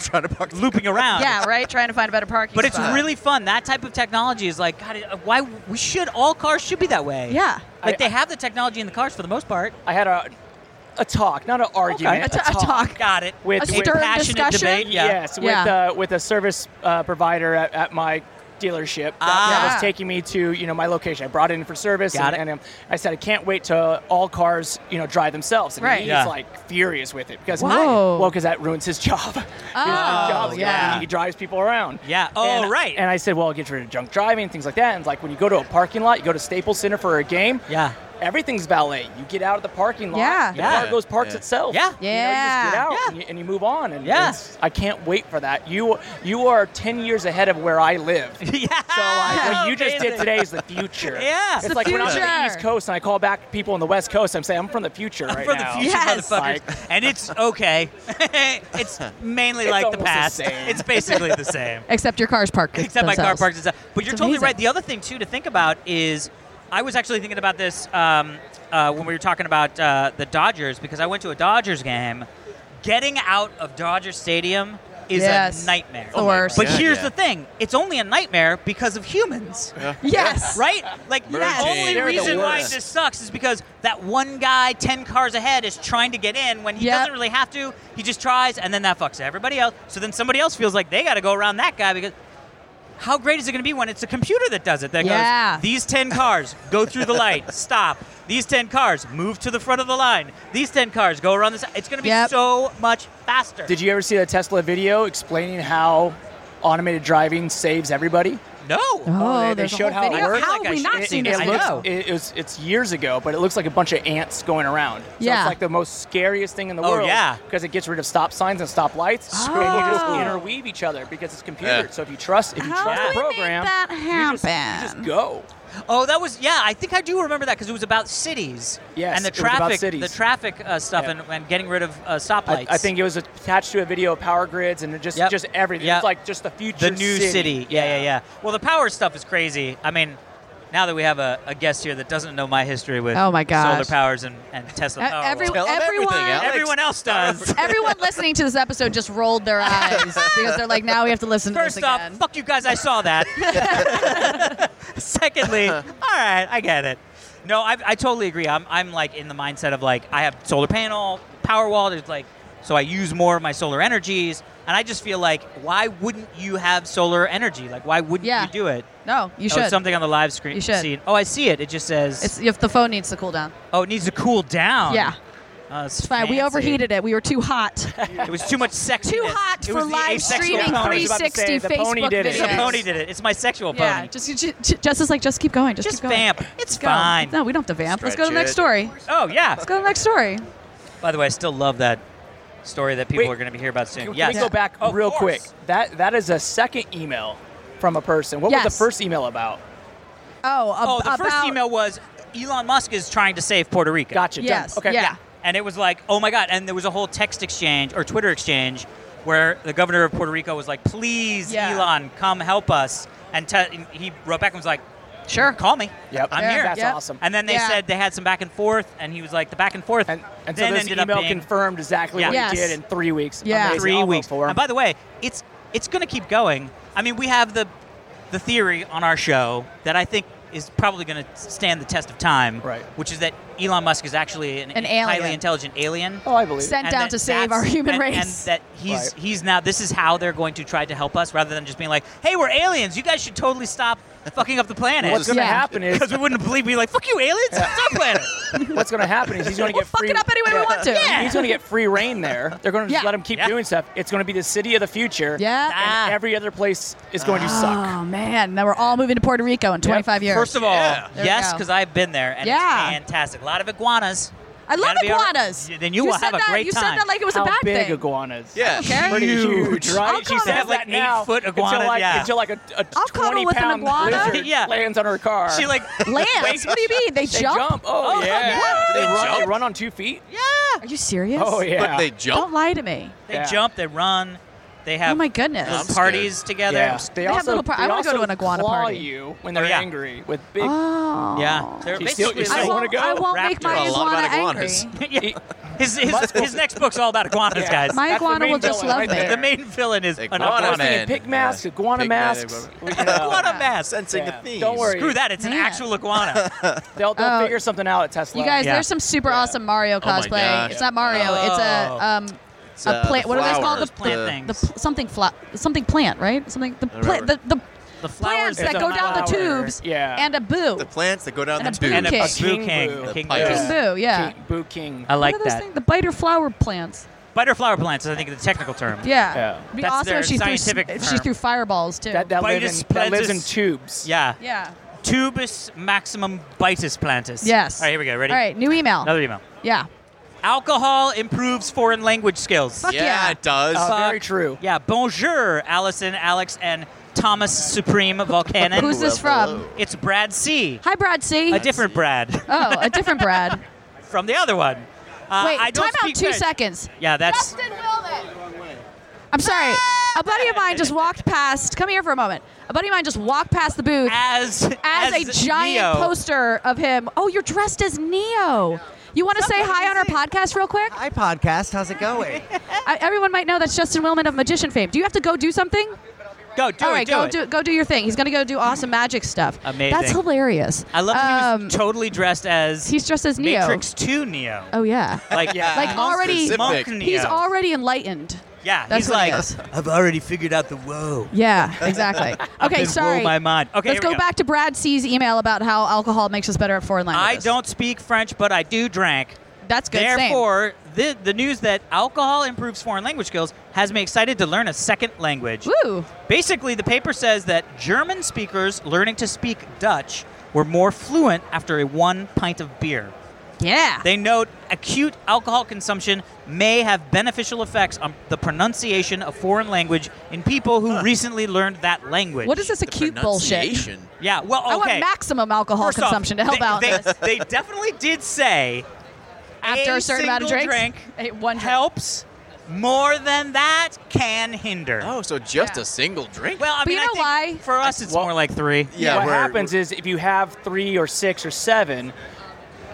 S4: trying to park.
S3: looping around.
S1: Yeah, right. Trying to find a better parking.
S3: But it's
S1: spot.
S3: really fun. That type of technology is like, God, it- why we should all cars should be that way.
S1: Yeah.
S3: like
S5: I-
S3: they have the technology in the cars for the most part.
S5: I had a a talk, not an argument.
S3: A
S1: t- a talk.
S3: Got it.
S5: With-
S1: A
S5: with
S1: stern
S3: passionate
S1: discussion?
S3: debate. Yeah.
S5: Yes, with
S1: Yeah.
S5: uh, with a service uh, provider at, at my dealership that,
S3: Ah.
S5: that was taking me to you know my location. I brought it in for service,
S3: Got
S5: and,
S3: it.
S5: and, um, I said I can't wait till all cars you know drive themselves. And
S1: Right.
S5: he's
S3: Yeah.
S5: like furious with it because
S1: Whoa. Oh,
S5: well because that ruins his job. his job's gone.
S1: yeah.
S5: he drives people around.
S3: Yeah. Oh,
S5: and,
S3: right.
S5: And I said, well, it gets rid of junk driving and things like that. And like when you go to a parking lot, you go to Staples Center for a game.
S3: yeah.
S5: Everything's ballet. You get out of the parking lot.
S1: Yeah.
S5: The
S3: Yeah.
S5: car goes parks
S4: Yeah.
S5: itself.
S3: Yeah.
S5: You, know, you just
S1: Yeah.
S5: get out
S3: Yeah.
S5: and, you, and you move on. And
S3: Yeah.
S5: it's- I can't wait for that. You you are ten years ahead of where I live. So
S3: yeah.
S5: like what you just
S3: Amazing.
S5: did today is the future.
S3: Yeah. It's
S5: It's
S1: the
S5: like when I'm on the
S1: future.
S5: East Coast and I call back people on the West Coast, I'm saying I'm from the future right
S3: from
S5: now.
S3: the future,
S1: Yes.
S3: motherfuckers. and it's okay. it's mainly like the
S5: almost the
S3: past.
S5: same.
S3: It's basically the same.
S1: Except your car's parked.
S3: Except my car
S1: themselves.
S3: parks itself. But you're
S1: It's
S3: totally
S1: amazing.
S3: right. The other thing too to think about is, I was actually thinking about this um, uh, when we were talking about uh, the Dodgers because I went to a Dodgers game. Getting out of Dodger Stadium is
S1: Yes.
S3: a nightmare.
S1: The worst.
S3: But
S4: Yeah,
S3: here's
S4: yeah.
S3: the thing: it's only a nightmare because of humans.
S1: Yes.
S3: Right? Like
S4: Yes.
S3: the only
S4: They're the
S3: reason why
S4: worst.
S3: this sucks is because that one guy ten cars ahead is trying to get in when he
S1: Yep.
S3: doesn't really have to. He just tries and then that fucks everybody else. So then somebody else feels like they gotta go around that guy because how great is it gonna be when it's a computer that does it that
S1: Yeah.
S3: goes these ten cars go through the light, stop. These ten cars move to the front of the line. These ten cars go around this it's gonna be
S1: Yep.
S3: so much faster.
S5: Did you ever see that Tesla video explaining how automated driving saves everybody?
S3: No.
S1: Oh,
S5: they- they
S1: there's a
S5: showed
S1: whole
S5: how it
S1: video.
S5: works.
S1: How
S3: Like
S1: have
S3: I
S1: we
S3: should-
S1: not
S3: it-
S1: seen
S3: it
S1: this?
S3: I
S5: looks,
S3: know.
S5: It, it was, it's years ago, but it looks like a bunch of ants going around. So
S1: Yeah.
S5: it's like the most scariest thing in the
S3: Oh,
S5: world.
S3: yeah.
S5: Because it gets rid of stop signs and stop lights. And you just
S1: Oh.
S5: interweave each other because it's
S4: Yeah.
S5: computered. So if you trust, if you
S1: How do
S5: trust the
S1: we make
S5: program,
S1: that
S5: you just- You, just,
S1: happen? E,
S5: go.
S3: Oh, that was yeah. I think I do remember that because it was about cities.
S5: Yes,
S3: and the
S5: it was about
S3: traffic,
S5: cities.
S3: the traffic uh, stuff,
S5: Yeah.
S3: and, and getting rid of uh,
S5: I,
S3: stoplights.
S5: I think it was attached to a video of power grids and it just
S3: Yep.
S5: just everything.
S3: Yep.
S5: It's like just the
S3: the
S5: future.
S3: new city.
S5: city.
S3: Yeah, yeah, yeah. Well, the power stuff is crazy. I mean, now that we have a, a guest here that doesn't know my history with
S1: Oh, my gosh.
S3: solar powers and, and Tesla
S1: E-
S3: power,
S1: every-
S3: world.
S4: Tell them everything,
S1: Everyone-
S4: Alex.
S3: everyone else does.
S1: Everyone listening to this episode just rolled their eyes because they're like, now we have to listen to
S3: First
S1: this
S3: off,
S1: again.
S3: fuck you guys. I saw that. Secondly, all right, I get it. No, I, I totally agree. I'm, I'm like in the mindset of like I have solar panel, power wall. There's like so I use more of my solar energies, and I just feel like why wouldn't you have solar energy? Like why wouldn't
S1: Yeah.
S3: you do it?
S1: no, you
S3: Oh, it's
S1: should.
S3: something on the live screen.
S1: You should.
S3: Scene. Oh, I see it. It just says
S1: It's if the phone needs to cool down.
S3: oh it needs to cool down.
S1: Yeah.
S3: Uh, it's
S1: It's fine. We
S3: fancy.
S1: overheated it. We were too hot.
S3: It was too much sex.
S1: too hot
S3: it
S1: for
S3: was the
S1: live
S3: asexual
S1: streaming
S5: pony. I
S3: pony.
S5: was about to
S1: 360
S5: say, the pony
S1: Facebook
S5: did it.
S1: videos.
S5: It's
S3: The pony did it. It's my sexual
S1: Yeah,
S3: pony.
S1: just, just just like just keep going. Just,
S3: Just
S1: keep going.
S3: vamp. It's
S1: Go.
S3: fine.
S1: No, we don't have to vamp. Let's go to the
S4: Stretch
S1: next
S4: it.
S1: story.
S3: Oh yeah.
S1: Let's go to the next story.
S3: By the way, I still love that story that people
S5: Wait.
S3: are going to be hear about soon.
S5: Can,
S3: yes.
S5: can we go back
S3: Of
S5: real
S3: course.
S5: quick? That that is a second email from a person. What was
S1: Yes.
S5: the first email about?
S1: Oh, ab-
S3: Oh, the
S1: about,
S3: first email was Elon Musk is trying to save Puerto Rico.
S5: Gotcha. done.
S1: Yes.
S5: Okay.
S1: Yeah.
S3: And it was like, oh my God. And there was a whole text exchange or Twitter exchange where the governor of Puerto Rico was like, please,
S1: Yeah.
S3: Elon, come help us. And te- and he wrote back and was like,
S1: Sure.
S3: call me.
S5: Yep.
S3: I'm
S5: Yeah,
S3: here.
S5: That's
S1: Yep.
S5: awesome.
S3: And then they
S1: Yeah.
S3: said they had some back and forth, and he was like, the back and forth.
S5: And, and so
S3: then
S5: this
S3: ended
S5: email
S3: up being
S5: confirmed exactly what
S1: Yeah.
S5: he
S1: Yes.
S5: did in three weeks.
S1: Yeah.
S5: Amazing.
S3: three
S5: I'll vote
S3: weeks.
S5: for him.
S3: And by the way, it's it's going to keep going. I mean, we have the the theory on our show that I think is probably going to stand the test of time,
S5: Right.
S3: which is that Elon Musk is actually an,
S1: An alien.
S3: highly intelligent alien.
S5: Oh, I believe. it.
S1: Sent
S3: And
S1: down
S3: that
S1: to save
S3: that's-
S1: our human
S3: and-
S1: race.
S3: And that he's
S5: Right.
S3: he's now this is how they're going to try to help us rather than just being like, hey, we're aliens. You guys should totally stop fucking up the planet.
S5: What's going to
S1: Yeah.
S5: happen is
S3: Because we wouldn't believe we'd be like, fuck you, aliens. It's our planet.
S5: what's going to happen is he's going to
S1: We'll
S5: get
S1: fuck
S5: free.
S1: it up any way we
S5: Yeah.
S1: want to. Yeah.
S5: He's going to get free reign there. They're going to just
S1: Yeah.
S5: let him keep
S3: Yeah.
S5: doing stuff. It's going to be the city of the future.
S1: Yeah.
S3: Ah.
S5: And every other place is going to suck.
S1: Oh man, now we're all moving to Puerto Rico in 25 years.
S3: First of all,
S4: Yeah.
S1: There we
S3: yes,
S1: go.
S3: because I've been there and
S1: Yeah.
S3: it's fantastic. A lot of iguanas.
S1: I love
S3: Gotta be all right.
S1: iguanas.
S3: Then you will
S1: said
S3: have a
S1: that,
S3: great
S1: you
S3: time.
S1: said that like it was
S5: How
S1: a bad
S5: big
S1: thing.
S5: iguanas?
S4: Yeah.
S1: Okay.
S5: Pretty huge, right?
S1: I'll
S5: she
S1: cuddle-
S5: says
S1: They have,
S5: that
S3: like,
S5: now
S3: eight-foot iguanas,
S5: until like,
S3: yeah.
S5: until like a, a
S1: I'll cuddle with an
S5: 20-pound
S1: iguana.
S5: lizard
S3: Yeah.
S5: lands on her car.
S3: She like
S1: Lance, what do you mean? They,
S5: they
S1: jump?
S5: Oh,
S1: Oh,
S5: yeah.
S1: what?
S5: Do They,
S4: They
S5: run,
S4: jump?
S5: they run on two feet.
S1: Are you serious?
S5: Oh yeah.
S4: But they
S1: Don't
S4: jump.
S1: lie to me.
S3: they
S5: Yeah.
S3: jump, they run, they have
S1: Oh my goodness.
S3: little
S4: I'm scared.
S3: parties together.
S5: Yeah.
S1: They have little par- I
S5: they
S1: wanna go
S5: also
S1: to an iguana
S5: claw
S1: party.
S5: you when they're
S3: Oh, yeah.
S5: angry with big.
S1: Oh.
S3: Yeah. They're
S5: You still-
S3: basically
S1: I
S5: you still
S3: like-
S1: won't,
S5: wanna go?
S1: I won't make
S3: Raptor.
S1: my
S4: A lot
S1: iguana
S4: about
S1: angry.
S4: iguanas.
S3: Yeah. His, his, his next book's all about iguanas,
S5: Yeah.
S3: guys.
S1: My
S5: That's the
S1: iguana
S5: main
S1: will just
S5: villain
S1: love
S5: right
S1: me.
S5: there.
S3: the main villain is an
S4: Iguana
S3: iguana.
S4: man.
S5: pig masks, iguana
S4: Pig
S5: masks. uh,
S3: Iguana
S1: Yeah.
S3: mask.
S4: Sensing
S5: Yeah.
S4: the theme.
S5: Don't worry.
S3: Screw that. It's an
S1: Man.
S3: actual iguana.
S5: They'll, they'll
S1: Oh.
S5: figure something out at Tesla.
S1: You guys,
S3: Yeah.
S1: there's some super awesome Mario
S4: Oh my
S1: cosplay.
S4: gosh.
S1: it's not Mario.
S3: Oh.
S1: It's a um
S4: It's,
S1: a
S4: uh,
S1: plant-
S4: the
S1: what are those called?
S4: flowers,
S1: The
S3: plant thing.
S1: the pl- something fla- something plant, right? Something the
S4: I
S1: pla- the
S4: remember.
S1: the
S3: the
S1: plants
S3: flowers
S5: It's
S1: that
S5: a
S1: go down the
S5: flower.
S1: tubes
S5: Yeah.
S1: and a boo.
S4: The plants that go down
S1: And
S4: the
S1: a
S4: tube.
S1: boo
S3: and a,
S1: King.
S3: a boo king.
S5: Boo.
S3: King
S4: The
S3: boo. Uh,
S4: King
S1: boo, yeah.
S5: King, Boo King.
S3: I like
S1: what are those
S3: that.
S1: Things? The biter flower plants.
S3: Biter flower plants is, I think, the technical term.
S1: Yeah.
S5: Yeah.
S1: It'd be
S3: That's
S1: awesome
S3: their
S1: if she threw,
S3: scientific
S1: if she
S3: term.
S1: threw fireballs too.
S5: that that, live in,
S3: Vitus
S5: that lives in
S3: plantis.
S5: tubes.
S3: Yeah.
S1: yeah.
S3: Tubus maximum bitus plantis.
S1: Yes.
S3: All right, here we go. Ready?
S1: All right, new email.
S3: Another email.
S1: Yeah.
S3: Alcohol improves foreign language skills.
S1: Fuck yeah.
S4: Yeah, it does.
S5: Uh,
S3: Fuck.
S5: very true.
S3: Yeah, bonjour, Allison, Alex, and Thomas Supreme Volcanon.
S1: Who's this from?
S3: It's Brad C.
S1: Hi, Brad C.
S3: A different Brad
S1: oh, a different Brad.
S3: from the other one. Uh,
S1: Wait,
S3: I don't
S1: time out
S3: speak
S1: two
S3: French.
S1: seconds.
S3: Yeah, that's
S1: I'm sorry. A buddy of mine just walked past. Come here for a moment. A buddy of mine just walked past the booth
S3: as
S1: as, a giant
S3: Neo.
S1: poster of him. Oh, you're dressed as Neo. You want to say hi on our podcast real quick?
S6: Hi, podcast. How's it going?
S1: I, everyone might know that's Justin Willman of Magician fame. Do you have to go do something?
S3: Go do
S1: All
S3: it.
S1: right,
S3: do
S1: go
S3: it.
S1: do go do your thing. He's gonna go do awesome magic stuff.
S3: Amazing.
S1: That's hilarious.
S3: I love how he
S1: Um,
S3: was totally dressed as
S1: He's dressed as Neo.
S3: Matrix Two Neo.
S1: Oh yeah.
S3: Like yeah,
S1: Like already-
S3: monk
S4: Specific.
S3: Neo.
S1: He's already enlightened.
S3: yeah.
S1: That's
S3: he's
S1: what he
S3: like
S1: is.
S3: I've already figured out the woe.
S1: Yeah, exactly. okay,
S3: It
S1: sorry.
S3: Blew my mind. Okay,
S1: Let's
S3: here
S1: go,
S3: we go
S1: back to Brad C's email about how alcohol makes us better at foreign
S3: I
S1: languages.
S3: don't speak French, but I do drink.
S1: That's good. same.
S3: Therefore, the, the news that alcohol improves foreign language skills has me excited to learn a second language.
S1: Woo.
S3: Basically, the paper says that German speakers learning to speak Dutch were more fluent after a one pint of beer.
S1: Yeah.
S3: They note acute alcohol consumption may have beneficial effects on the pronunciation of foreign language in people who recently learned that language.
S1: what is this acute bullshit?
S4: Pronunciation.
S3: Yeah, well, okay.
S1: I want maximum alcohol
S3: First off,
S1: consumption to help
S3: they,
S1: out in
S3: They,
S1: this.
S3: they definitely did say
S1: After a certain amount of
S3: single
S1: drinks? Eh,
S3: drink
S1: one drink.
S3: helps. More than that can hinder.
S4: Oh, so just
S1: Yeah.
S4: a single drink.
S3: Well, I
S1: But
S3: mean,
S1: you
S3: I
S1: know
S3: think
S1: why?
S3: For us, it's
S5: Well-
S3: more like three.
S4: yeah.
S5: what
S4: we're-
S5: happens is if you have three or six or seven,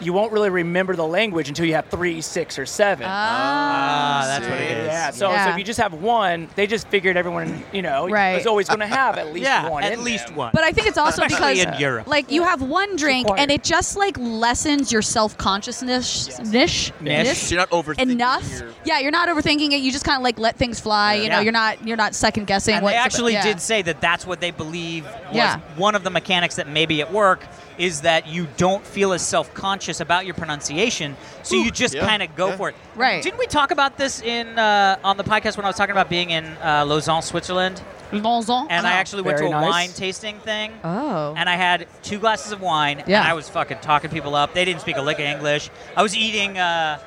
S5: you won't really remember the language until you have three, six, or seven.
S1: Ah.
S3: Ah, that's what it is.
S5: yeah, so, so
S1: Yeah.
S5: if you just have one, they just figured everyone, you know,
S1: Right.
S5: is always going to have at least
S3: yeah,
S5: one.
S3: at
S5: in
S3: least
S5: them.
S3: one.
S1: But I think it's also
S3: Especially
S1: because
S3: in Europe.
S1: like you have one drink
S5: required.
S1: and it just like lessens your self consciousness nish
S3: Nish.
S4: So you're not overthinking
S1: enough.
S4: your-
S1: Yeah, you're not overthinking it. You just kind of like let things fly. You know,
S3: Yeah.
S1: you're not you're not second guessing.
S3: and
S1: what's
S3: they
S1: about-
S3: actually
S1: yeah.
S3: did say that that's what they believe was
S1: Yeah.
S3: one of the mechanics that maybe at work is that you don't feel as self-conscious about your pronunciation, so you just
S4: Yeah.
S3: kind of go
S4: Yeah.
S3: for it.
S1: Right.
S3: Didn't we talk about this in uh, on the podcast when I was talking about being in uh, Lausanne, Switzerland?
S1: Bonzon.
S3: And I actually went to
S5: Uh-huh. Very
S3: a
S5: nice.
S3: wine tasting thing.
S1: Oh.
S3: And I had two glasses of wine.
S1: Yeah.
S3: And I was fucking talking people up. They didn't speak a lick of English. I was eating uh,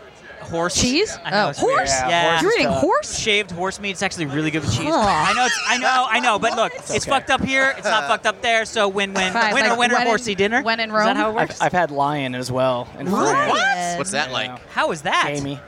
S3: horse
S1: Cheese?
S3: I know,
S1: Oh,
S3: it's weird.
S1: horse?
S3: Yeah.
S5: Yeah, horse
S1: You're eating
S5: stuff.
S3: uh,
S1: horse?
S3: Shaved horse meat. It's actually really good with cheese.
S1: Ugh.
S3: I know. It's, I know. I know. But look,
S1: What?
S3: it's,
S5: It's okay.
S3: fucked up here. It's not fucked up there. So win-win.
S1: Fine,
S3: winner,
S1: like
S3: winner,
S1: when in-
S3: horsey dinner.
S1: when in
S3: Is
S1: Rome.
S3: that how it works?
S5: I've, I've had lion as well. In France.
S1: Lion.
S4: What's that like?
S3: how is that?
S5: Gamey.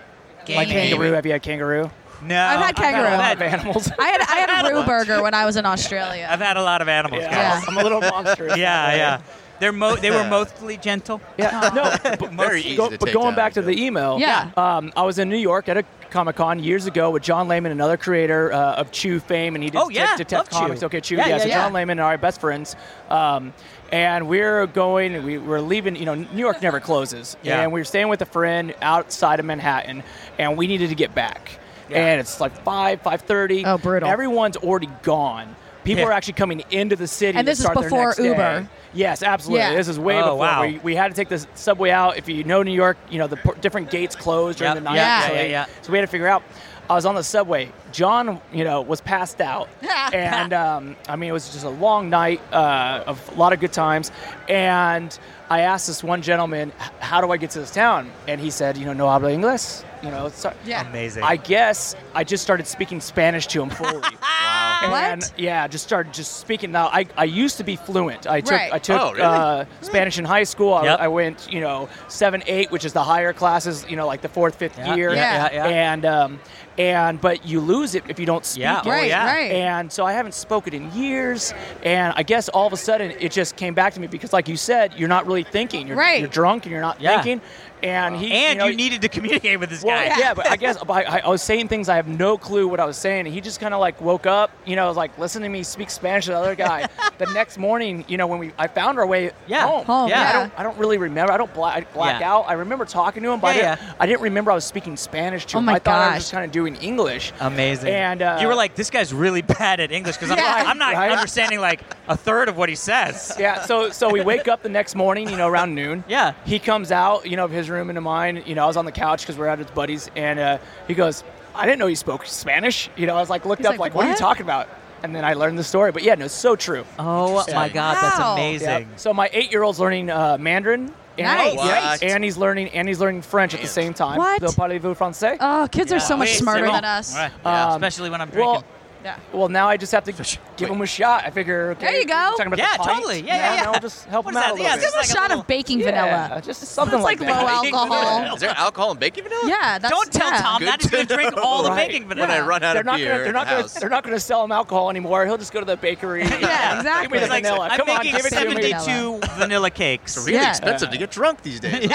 S3: Gamey.
S5: Like kangaroo. Have you had kangaroo?
S3: No.
S1: I've had kangaroo.
S5: A
S3: I've
S5: lot of
S3: had,
S5: animals.
S1: I had I had
S3: I've
S1: a
S3: had
S1: roux
S3: lunch.
S1: burger when I was in Australia.
S3: I've had a lot of animals.
S5: yeah.
S1: Yeah.
S3: guys.
S5: I'm a little monstrous.
S3: Yeah. Yeah. They're mo- they were mostly gentle.
S5: Yeah, no, but,
S4: Very easy
S5: go-
S4: to
S5: but
S4: take
S5: going
S4: down,
S5: back to
S4: I feel.
S5: the email,
S1: Yeah.
S5: um, I was in New York at a Comic Con years ago with John Layman, another creator uh, of Chew fame, and he did
S3: Oh, yeah.
S5: Detective
S3: Love Chew.
S5: Comics. Okay, Chew,
S3: Yeah,
S5: yeah.
S3: yeah,
S5: so
S3: yeah.
S5: John Layman and I are best friends. Um, and we're going, we, we're leaving, you know, New York never closes.
S3: Yeah.
S5: And we were staying with a friend outside of Manhattan, and we needed to get back.
S3: Yeah.
S5: And it's like 5, 5.30.
S1: Oh, brutal.
S5: Everyone's already gone. People
S3: Yeah.
S5: are actually coming into the city
S1: And
S5: to
S1: this is
S5: start their
S1: before
S5: next day.
S1: Uber.
S5: Yes, absolutely.
S1: Yeah.
S5: This is way
S3: Oh,
S5: before.
S3: wow.
S5: We, we had to take the subway out. If you know New York, you know the por- different gates closed during
S3: Yep.
S5: the night.
S1: Yeah.
S5: so
S1: Yeah,
S3: yeah, yeah.
S5: So we had to figure out. I was on the subway. John, you know, was passed out, and um, I mean, it was just a long night uh, of a lot of good times. And I asked this one gentleman, "H- "How do I get to this town?" And he said, "You know, no hablo inglés." You know, so
S1: Yeah.
S3: Amazing.
S5: I guess I just started speaking Spanish to him fully.
S4: Wow.
S5: And
S1: What?
S5: yeah, just started just speaking. Now I, I used to be fluent. I took
S1: Right.
S5: I took
S4: Oh, really?
S5: uh, Spanish in high school. I,
S3: Yep.
S5: I went you know seven eight, which is the higher classes. You know like the fourth fifth
S3: Yeah,
S5: year.
S1: yeah,
S3: yeah, yeah.
S5: And um, and but you lose it if you don't speak.
S3: Yeah,
S5: it.
S3: oh,
S1: Right,
S3: yeah.
S1: right.
S5: And so I haven't spoken in years. And I guess all of a sudden it just came back to me because like you said, you're not really thinking. You're,
S1: Right.
S5: You're drunk and you're not
S3: Yeah.
S5: thinking. And he
S3: and you,
S5: know,
S3: needed to communicate with this
S5: well,
S3: guy.
S5: yeah. but I guess but I, I was saying things I have no clue what I was saying, and he just kind of like woke up, you know, was like listen to me speak Spanish to the other guy. the next morning, you know, when we I found our way
S3: Yeah.
S5: home,
S1: Home,
S5: I
S1: yeah.
S5: don't I don't really remember. I don't black, I black
S3: Yeah.
S5: out. I remember talking to him, but
S3: Yeah,
S5: I, didn't, I didn't remember I was speaking Spanish to
S1: Oh
S5: him.
S1: my
S5: I thought I
S1: gosh.
S5: was just kind of doing English.
S3: Amazing.
S5: And, uh,
S3: you were like, this guy's really bad at English because I'm,
S1: Yeah.
S3: I'm not
S5: Right.
S3: understanding like a third of what he says.
S5: yeah, so so we wake up the next morning, you know, around noon.
S3: Yeah.
S5: He comes out, you know, of his room into mine. You know, I was on the couch because we're at his buddies, and uh, he goes, "I didn't know you spoke Spanish." You know, I was like, looked
S1: He's
S5: up,
S1: like,
S5: like, what? are you
S1: "What?"
S5: talking about?" And then I learned the story. But yeah, no, it's so true.
S3: Oh my God, that's
S1: Wow.
S3: amazing.
S5: Yep. So my eight-year-old's learning uh, Mandarin. And,
S1: Nice.
S4: What?
S5: Yep, and he's learning and he's learning French at the
S4: Damn.
S5: same time.
S1: What?
S5: Le parlez-vous français?
S1: Oh, kids are so much
S3: Wait,
S1: smarter
S3: Cyril.
S1: than us.
S3: Right.
S4: Yeah.
S5: Um,
S3: Especially when I'm drinking.
S5: well,
S1: Yeah.
S5: well, now I just have to give him a shot. I figure. Okay,
S1: There you go.
S5: talking about the
S3: Yeah,
S5: pint.
S3: totally. Yeah, yeah,
S5: Now-
S3: yeah.
S5: now I'll just help
S3: What
S5: him
S3: is
S5: out
S3: that?
S5: a little
S3: Yeah,
S5: bit.
S1: Give him a
S3: like a
S1: shot
S3: little-
S1: of baking
S5: Yeah,
S1: vanilla.
S5: just something
S1: It's like
S5: that.
S1: low
S4: Baking vanilla.
S1: alcohol.
S4: Is there alcohol in baking vanilla?
S1: Yeah, that's
S3: Don't tell
S1: yeah.
S3: Tom that he's going to
S4: to
S3: drink all the
S5: Right.
S3: baking
S4: When I
S3: vanilla.
S4: run out
S5: they're
S4: of
S5: not
S4: beer,
S5: Gonna, they're
S4: at
S5: not
S4: the
S5: gonna.
S4: house.
S5: They're not gonna sell him alcohol anymore. He'll just go to the bakery.
S1: Yeah,
S5: Give me
S1: exactly.
S5: the
S3: It's like,
S5: vanilla.
S3: I'm
S5: Come on,
S3: making
S5: give it to me.
S3: 72
S1: Vanilla.
S3: vanilla cakes.
S4: It's really
S1: Yeah.
S4: expensive to get drunk these days.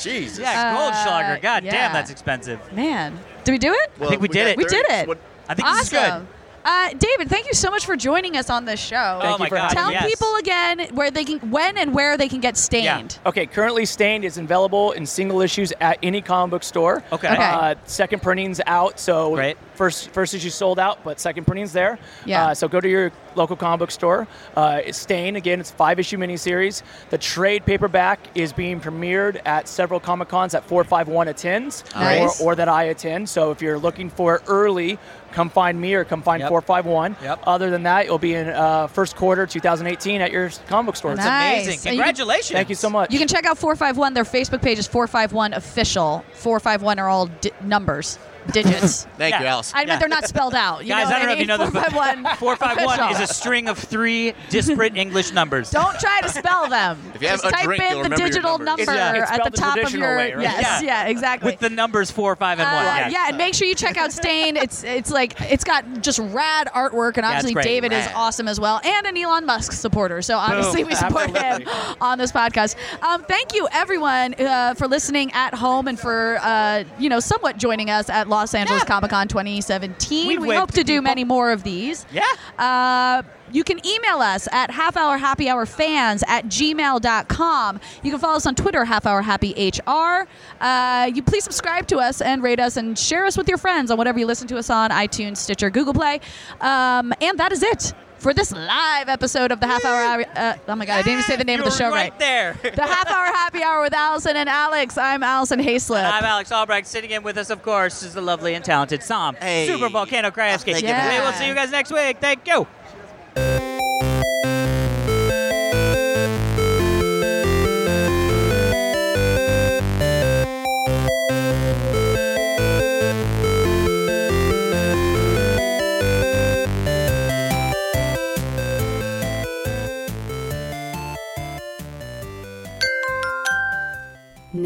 S4: Jesus.
S3: Yeah, Goldschlager. God
S1: Uh, yeah.
S3: damn, that's expensive.
S1: Man, did we do it?
S4: Well,
S3: think we did
S4: got
S3: it.
S1: We did
S4: thirty-
S1: it.
S4: what-
S3: I think
S1: awesome.
S3: this is good.
S1: Uh, David, thank you so much for joining us on this show.
S3: oh
S5: you
S3: my
S5: for
S3: God.
S5: having
S1: Tell
S3: yes.
S1: people again where they can, when and where they can get stained.
S5: Okay, currently Stained is available in single issues at any comic book store.
S3: Okay.
S1: Okay.
S5: Uh, second printing's out, so
S3: Great.
S5: first first issue sold out, but second printing's there.
S1: Yeah.
S5: Uh, so go to your local comic book store. Uh, it's Stained again. It's five issue miniseries. The trade paperback is being premiered at several comic cons at four five one attends,
S1: Nice.
S5: or, or that I attend. So if you're looking for it early. Come find me or come find
S3: Yep.
S5: 451.
S3: Yep.
S5: Other than that, it'll be in uh, first quarter 2018 at your comic book store.
S1: Nice.
S3: Amazing.
S1: So you can-
S3: Congratulations.
S5: Thank you so much.
S1: You can check out 451. Their Facebook page is 451 official. 451 are all di- numbers, digits.
S4: Thank
S3: Yeah.
S4: you, Alice.
S1: I mean,
S3: Yeah.
S1: they're not spelled out. You
S3: Guys,
S1: know
S3: I don't know
S1: what
S3: if you know this, but
S1: 451.
S3: 451
S1: official.
S3: is a string of three disparate English numbers.
S1: Don't try to spell them.
S4: If you have
S1: Just
S4: a
S1: type
S4: drink,
S1: in
S4: you'll
S1: the
S4: remember your
S1: digital number
S4: numbers.
S5: It's- yeah,
S1: at
S5: it's
S1: the
S5: spelled the
S1: top of
S5: traditional
S1: your.
S5: way, right?
S1: Yes, yeah, exactly.
S3: With the numbers four, five, and
S1: Uh,
S3: one.
S1: yeah.
S3: Yeah.
S1: and make sure you check out Stain. It's it's like it's got just rad artwork, and
S3: it's
S1: obviously
S3: great.
S1: David is
S4: Rad.
S1: awesome as well, and an Elon Musk supporter. So obviously we support him on this podcast. Um, thank you everyone uh, for listening at home and for uh, you know somewhat joining us at Los Angeles Comic Con 2017.
S3: We
S1: We,
S3: waved
S1: hope to
S3: to
S1: do
S3: people.
S1: many more of these.
S3: Yeah.
S1: Uh, you can email us at halfhourhappyhourfans at gmail.com. You can follow us on Twitter, halfhourhappyhr. Uh, you please subscribe to us and rate us and share us with your friends on whatever you listen to us on iTunes, Stitcher, Google Play. Um, and that is it for this live episode of the Half Hour. Uh, oh my God, I didn't even say the name
S3: you
S1: of the
S3: were
S1: show
S3: right.
S1: right.
S3: there.
S1: The Half Hour Happy Hour with Allison and Alex. I'm Allison Hayslip.
S3: I'm Alex Albrecht. Sitting in with us, of course, is the lovely and talented Sam
S4: Hey.
S3: Super Volcano Krajewski.
S4: Thank
S1: you, man.
S3: We will see you guys next week. Thank you.